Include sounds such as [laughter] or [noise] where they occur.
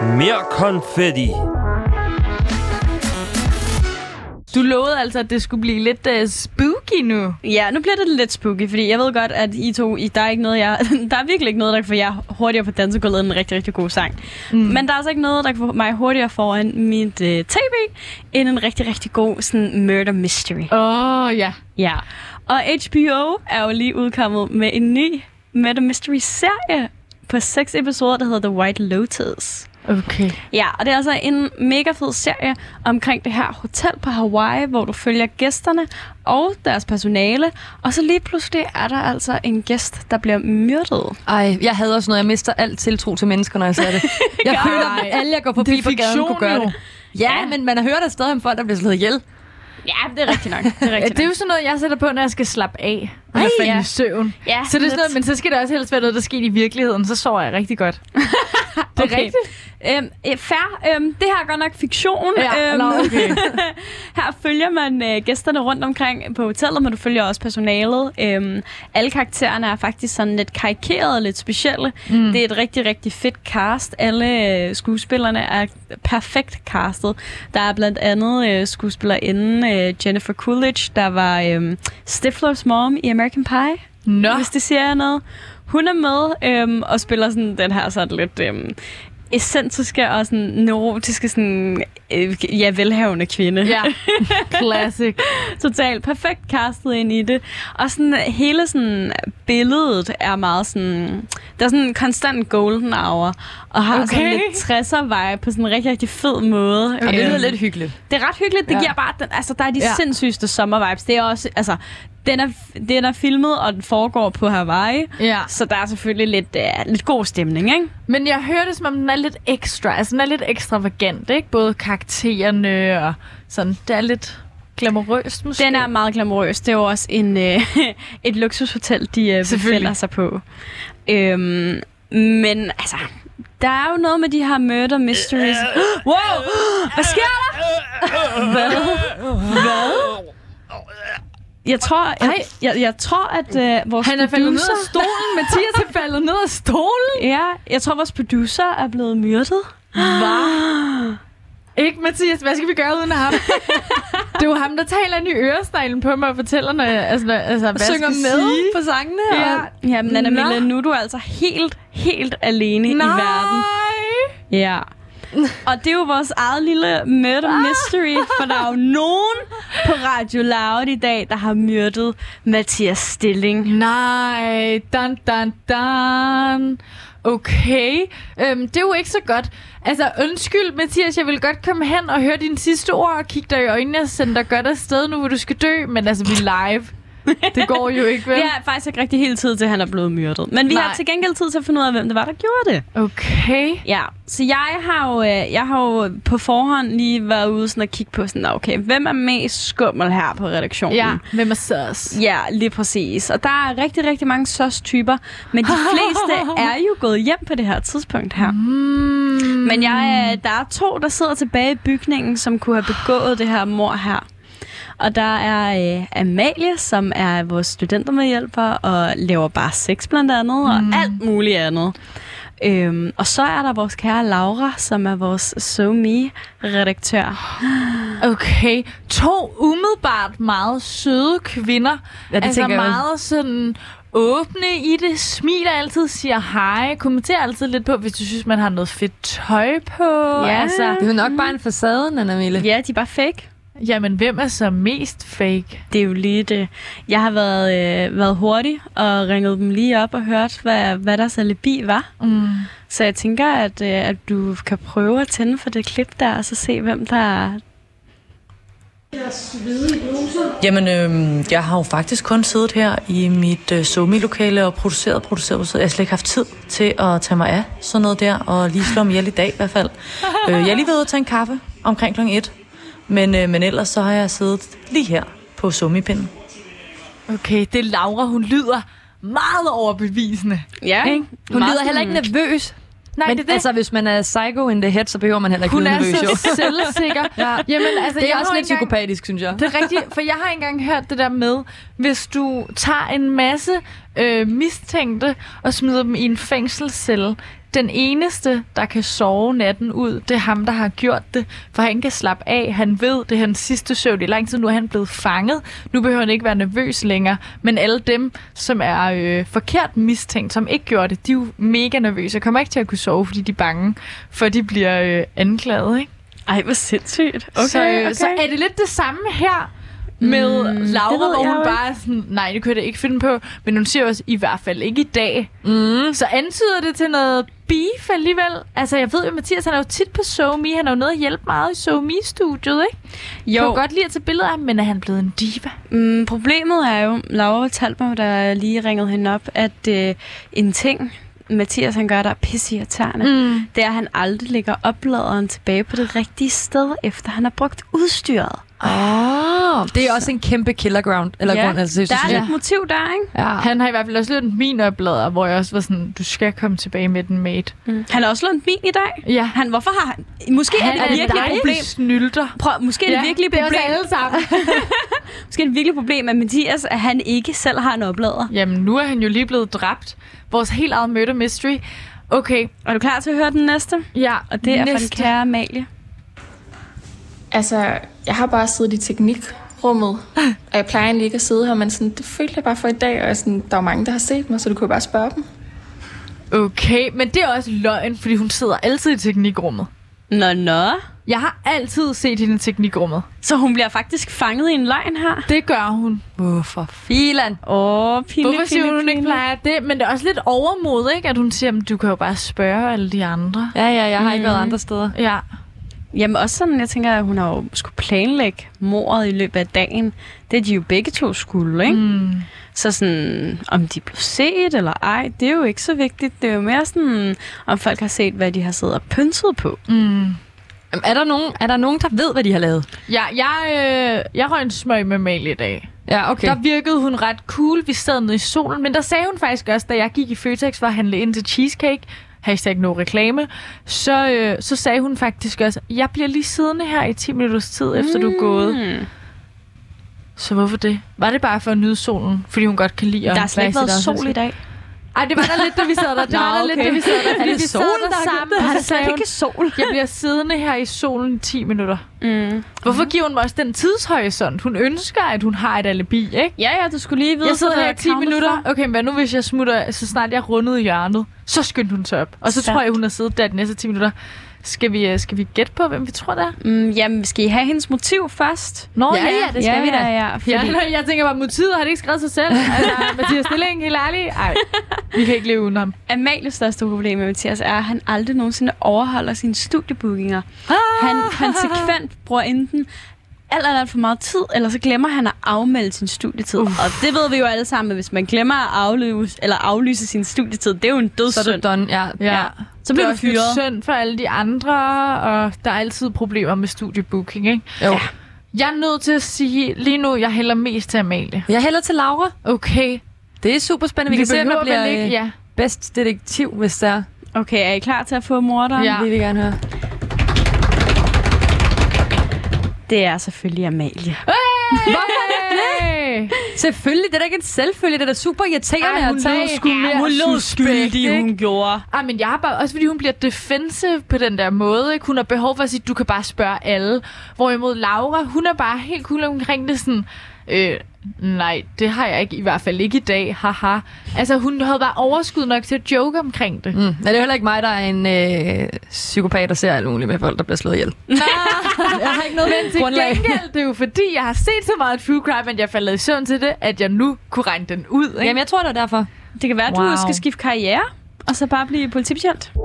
Mere konfetti. Du lovede altså, at det skulle blive lidt uh, spooky nu. Ja, nu bliver det lidt spooky, fordi jeg ved godt, at I to, I, der er ikke noget, jeg, [laughs] der er virkelig ikke noget, der kan få jer hurtigere på dansegulvet end en rigtig, rigtig god sang. Mm. Men der er altså ikke noget, der kan få mig hurtigere foran mit uh, tv, end en rigtig, rigtig god sådan, murder mystery. Åh, oh, ja. Ja. Og HBO er jo lige udkommet med en ny murder mystery-serie på seks episoder, der hedder The White Lotus. Okay. Ja, og det er altså en mega fed serie omkring det her hotel på Hawaii, hvor du følger gæsterne og deres personale. Og så lige pludselig er der altså en gæst, der bliver myrdet. Ej, jeg havde også noget. Jeg mister alt tiltro til mennesker, når jeg [laughs] ser det. Jeg føler, at alle, jeg går forbi på gaden, kunne gøre det. Ja, Ja. men man har hørt der stadig om folk, der bliver slået ihjel. [laughs] Ja, det er rigtigt nok. Det er Ja, rigtigt det er jo sådan noget, jeg sætter på, når jeg skal slappe af. Eller Ej, Ej, falde ja. ja. i søvn. Ja, Så det er sådan noget, lidt. men så skal det også helst være noget, der sker i virkeligheden. Så sover jeg rigtig godt. det er Okay. Øhm, øh, fair. Øhm, det her er godt nok fiktion. Ja, øhm, nå, okay. her følger man øh, gæsterne rundt omkring på hotellet, men du følger også personalet. Øhm, alle karaktererne er faktisk sådan lidt karikerede og lidt specielle. Mm. Det er et rigtig, rigtig fedt cast. Alle øh, skuespillerne er perfekt castet. Der er blandt andet øh, skuespillerinden øh, Jennifer Coolidge, der var øh, Stiflers mom i American Pie Nå, hvis det siger jer noget. Hun er med øhm, og spiller sådan den her sådan lidt øhm, essentiske og sådan neurotiske, sådan, øh, ja, velhavende kvinde. ja. [laughs] Classic. Totalt perfekt castet ind i det. Og sådan hele sådan billedet er meget sådan... Der er sådan en konstant golden hour, og har okay. sådan Okay. lidt 60'er-vibe på sådan en rigtig, rigtig fed måde. Og det Øhm, lyder lidt hyggeligt. det er ret hyggeligt. Det ja. Ja. giver bare... Den, altså, der er de ja. Ja. sindssygeste sommervibes. Det er også... Altså, den er, den er filmet, og den foregår på Hawaii. Ja. Så der er selvfølgelig lidt, øh, lidt god stemning, ikke? Men jeg hører det, som om den er lidt ekstra. Altså, den er lidt ekstravagant, ikke? Både karaktererne og sådan. Det er lidt glamourøst, måske. Den er meget glamorøs. Det er jo også en, øh, [laughs] et luksushotel, de øh, Selvfølgelig. befinder sig på. Øhm, men altså, der er jo noget med de her murder mysteries. Øh, Wow! Hvad sker der? [gasps] Hvad? Hvad? Jeg tror, jeg, jeg, jeg tror at øh, vores Han er faldet ned producer... af stolen. Mathias er faldet ned af stolen. [laughs] Ja, jeg tror, vores producer er blevet myrdet. [gasps] Ikke, Mathias? Hvad skal vi gøre uden ham? [laughs] det er jo ham, der taler ind i øresneglen på mig og fortæller, når jeg, altså, når, altså, hvad jeg Synger skal med sige. på sangene. Ja. Og... Ja, men Anna Nå. Mille, nu er du altså helt, helt alene i verden. Ja. Og det er jo vores eget lille murder mystery, for der er jo nogen på Radio Loud i dag, der har myrdet Mathias Stilling. Nej, dan, dan, dan. Okay, øhm, det er jo ikke så godt. Altså, undskyld, Mathias, jeg vil godt komme hen og høre dine sidste ord og kigge dig i øjnene og sende dig godt afsted nu, hvor du skal dø. Men altså, vi er [laughs] live. Det går jo ikke, vel? Det er faktisk ikke rigtig helt tid til, at han er blevet myrdet. Men vi Nej. har Nej. til gengæld tid til at finde ud af, hvem det var, der gjorde det. Okay. Ja, så jeg har jo, øh, jeg har jo på forhånd lige været ude sådan og kigge på sådan, "Nå, okay, hvem er mest skummel her på redaktionen? Ja, hvem er søs? Ja, lige præcis. Og der er rigtig, rigtig mange SOS-typer, men [laughs] de fleste er jo gået hjem på det her tidspunkt her. Mm. Men jeg, øh, der er to, der sidder tilbage i bygningen, som kunne have begået det her mor her. Og der er øh, Amalie, som er vores studentermedhjælper og laver bare sex blandt andet, mm. og alt muligt andet. Øhm, og så er der vores kære Laura, som er vores SoMe-redaktør. Okay, to umiddelbart meget søde kvinder. Ja, det altså tænker jeg også. meget sådan åbne i det, smiler altid, siger hej, kommenterer altid lidt på, hvis du synes, man har noget fedt tøj på. Ja. Altså, Det er jo nok bare en facade, Nana Mille. Ja, de er bare fake. jamen, hvem er så mest fake? Det er jo lige det. Jeg har været, øh, været hurtig og ringet dem lige op og hørt, hvad, hvad deres alibi var. Mm. Så jeg tænker, at, øh, at du kan prøve at tænde for det klip der, og så se, hvem der... Jamen, øh, jeg har jo faktisk kun siddet her i mit øh, somi-lokale og produceret, produceret, produceret. Jeg har slet ikke haft tid til at tage mig af sådan noget der, og lige slå mig ihjel i dag i hvert fald. øh, jeg er lige ved at tage en kaffe omkring kl. 1, men, øh, men ellers så har jeg siddet lige her på somi-pinden. Okay, det er Laura, hun lyder meget overbevisende. Ja, ikke? Hun Meget lyder heller ikke nervøs. Nej, Men det er det. altså, hvis man er psycho in the head, så behøver man heller ikke hun lyde er nervøs. jo. [laughs] så selvsikker. ja. Jamen, altså, Det jeg er også har lidt engang- psykopatisk, synes jeg. Det er rigtigt, for jeg har engang hørt det der med, hvis du tager en masse øh, mistænkte og smider dem i en fængselscelle, den eneste, der kan sove natten ud, det er ham, der har gjort det. For han kan slappe af. Han ved, det er hans sidste søvn i lang tid. Nu er han blevet fanget. Nu behøver han ikke være nervøs længere. Men alle dem, som er øh, forkert mistænkt, som ikke gjorde det, de er jo mega nervøse. Jeg kommer ikke til at kunne sove, fordi de er bange, for de bliver øh, anklaget. Ikke? Ej, hvor sindssygt. Okay, så, øh, okay. så er det lidt det samme her med mm, Laura, det ved hvor jeg hun jo ikke. bare er sådan, nej, det kunne jeg da ikke finde på. Men hun siger også, i hvert fald ikke i dag. Mm. Så antyder det til noget beef alligevel. Altså, jeg ved jo, Mathias, han er jo tit på SoMe. Han er jo nede at hjælpe meget i SoMe-studiet, ikke? Jo. Jeg Jo. kan godt lide at tage billeder af ham, men er han blevet en diva? Mm, problemet er jo, Laura fortalte mig, da jeg lige ringede hende op, at øh, en ting, Mathias han gør, der er pisseirriterende, mm. Mm. det er, at han aldrig lægger opladeren tilbage på det rigtige sted, efter han har brugt udstyret. Ah. Oh, det er også en kæmpe killer ground. Eller ja, grund, altså, det der synes er jeg. lidt motiv der, ikke? Ja. Han har i hvert fald også lånt min oplader, hvor jeg også var sådan, du skal komme tilbage med den, mate. Mm. Han har også lånt min i dag. Ja. Han, hvorfor har han... Måske han er det virkelig et problem. snylter. Prøv, måske er det virkelig et det er os problem. alle sammen. Måske er det virkelig et problem, at Mathias, at han ikke selv har en oplader. Jamen, nu er han jo lige blevet dræbt. Vores helt eget murder mystery. Okay, Er du klar til at høre den næste? ja. Og det er fra den næste. kære Amalie. Altså, jeg har bare siddet i teknikrummet, og jeg plejer egentlig ikke at sidde her, men sådan, det følte jeg bare for i dag, og jeg sådan, der er jo mange, der har set mig, så du kunne jo bare spørge dem. Okay, men det er også løgn, fordi hun sidder altid i teknikrummet. Nå, nå. Jeg har altid set hende i teknikrummet. Så hun bliver faktisk fanget i en løgn her. Det gør hun. Hvorfor filan? Åh, oh, pinligt, Hvorfor siger hun, hun ikke plejer det? Men det er også lidt overmod, ikke? At hun siger, "Men du kan jo bare spørge alle de andre. Ja, ja, jeg har ikke været andre steder. Ja. Jamen også sådan, jeg tænker, at hun har jo skulle planlægge mordet i løbet af dagen. Det er de jo begge to skulle, ikke? Mm. Så sådan, om de blev set eller ej, det er jo ikke så vigtigt. Det er jo mere sådan, om folk har set, hvad de har siddet og pynset på. Mm. Jamen, er, der nogen, er der nogen, der ved, hvad de har lavet? Ja, jeg, øh, jeg røg en smøg med Mal i dag. Ja, okay. Der virkede hun ret cool. Vi sad nede i solen, men der sagde hun faktisk også, da jeg gik i Føtex for at handle ind til cheesecake, hashtag no reklame, så, øh, så sagde hun faktisk også, jeg bliver lige siddende her i 10 minutters tid, efter mm. du er gået. Så hvorfor det? Var det bare for at nyde solen, fordi hun godt kan lide at Der har slet være ikke sit været eget sol selskab? i dag. Ej, det var der lidt, da vi sad der. Det Nå, var der lidt, okay. da vi sad der. Fordi det vi sad solen, der der har sammen, Der og er så sagde Altså, slet hun, ikke sol. jeg bliver siddende her i solen i 10 minutter. Mm. Hvorfor giver hun mig også den tidshorisont? Hun ønsker, at hun har et alibi, ikke? Ja, ja, du skulle lige vide, Jeg sidder hvad her i der 10 er counted minutter. for. Okay, men hvad nu hvis jeg smutter, så snart jeg rundede hjørnet? Så skyndte hun sig op. Og så Sandt. tror jeg, hun har siddet der de næste 10 minutter. Skal vi, øh, skal vi gætte på, hvem vi tror, det er? Mm, jamen, skal I have hendes motiv først? Nå, ja, Ja, ja, fordi... Ja, [laughs] jeg tænker bare, motivet har det ikke skrevet sig selv. Altså, Mathias Stilling, helt ærlig. Ej, vi kan ikke leve uden ham. Amalies største problem med Mathias er, at han aldrig nogensinde overholder sine studiebookinger. Ah. Han konsekvent bruger enten alt, alt, alt for meget tid, eller så glemmer han at afmelde sin studietid. Uff. Og det ved vi jo alle sammen, at hvis man glemmer at aflyse, eller aflyse sin studietid, det er jo en så er dødssynd. det done. Ja. Ja. Så bliver Det er du også fyret. lidt synd for alle de andre, og der er altid problemer med studiebooking, ikke? Jo. Jeg er nødt til at sige lige nu, jeg hælder mest til Amalie. Jeg hælder til Laura. Okay. Det er super spændende. Vi, vi kan se, om der bliver ikke... ja. [laughs] Ja. bedst detektiv, hvis der er. Okay, er I klar til at få morderen? Ja. Det vil vi gerne høre. Det er selvfølgelig Amalie. Hey! Selvfølgelig, det er da ikke en selvfølge. Det er da super irriterende Ej, hun at tage. lød sgu mere suspekt, ikke? gjorde. Ej, Ah, men jeg er bare, også fordi hun bliver defensive på den der måde, ikke? Hun har behov for at sige, du kan bare spørge alle. Hvorimod Laura, hun er bare helt cool omkring det sådan, øh, nej, det har jeg ikke, i hvert fald ikke i dag, haha. Altså, hun havde bare overskud nok til at joke omkring det. Mm. Men det er heller ikke mig, der er en øh, psykopat, der ser alt muligt med folk, der bliver slået ihjel. jeg har ikke noget Men til grundlag. gengæld, det er jo fordi, jeg har set så meget true crime, at jeg faldet i søvn til det, at jeg nu kunne regne den ud. Ikke? Jamen, jeg tror, det er derfor. Det kan være, at Wow. du skal skifte karriere, og så bare blive politibetjent.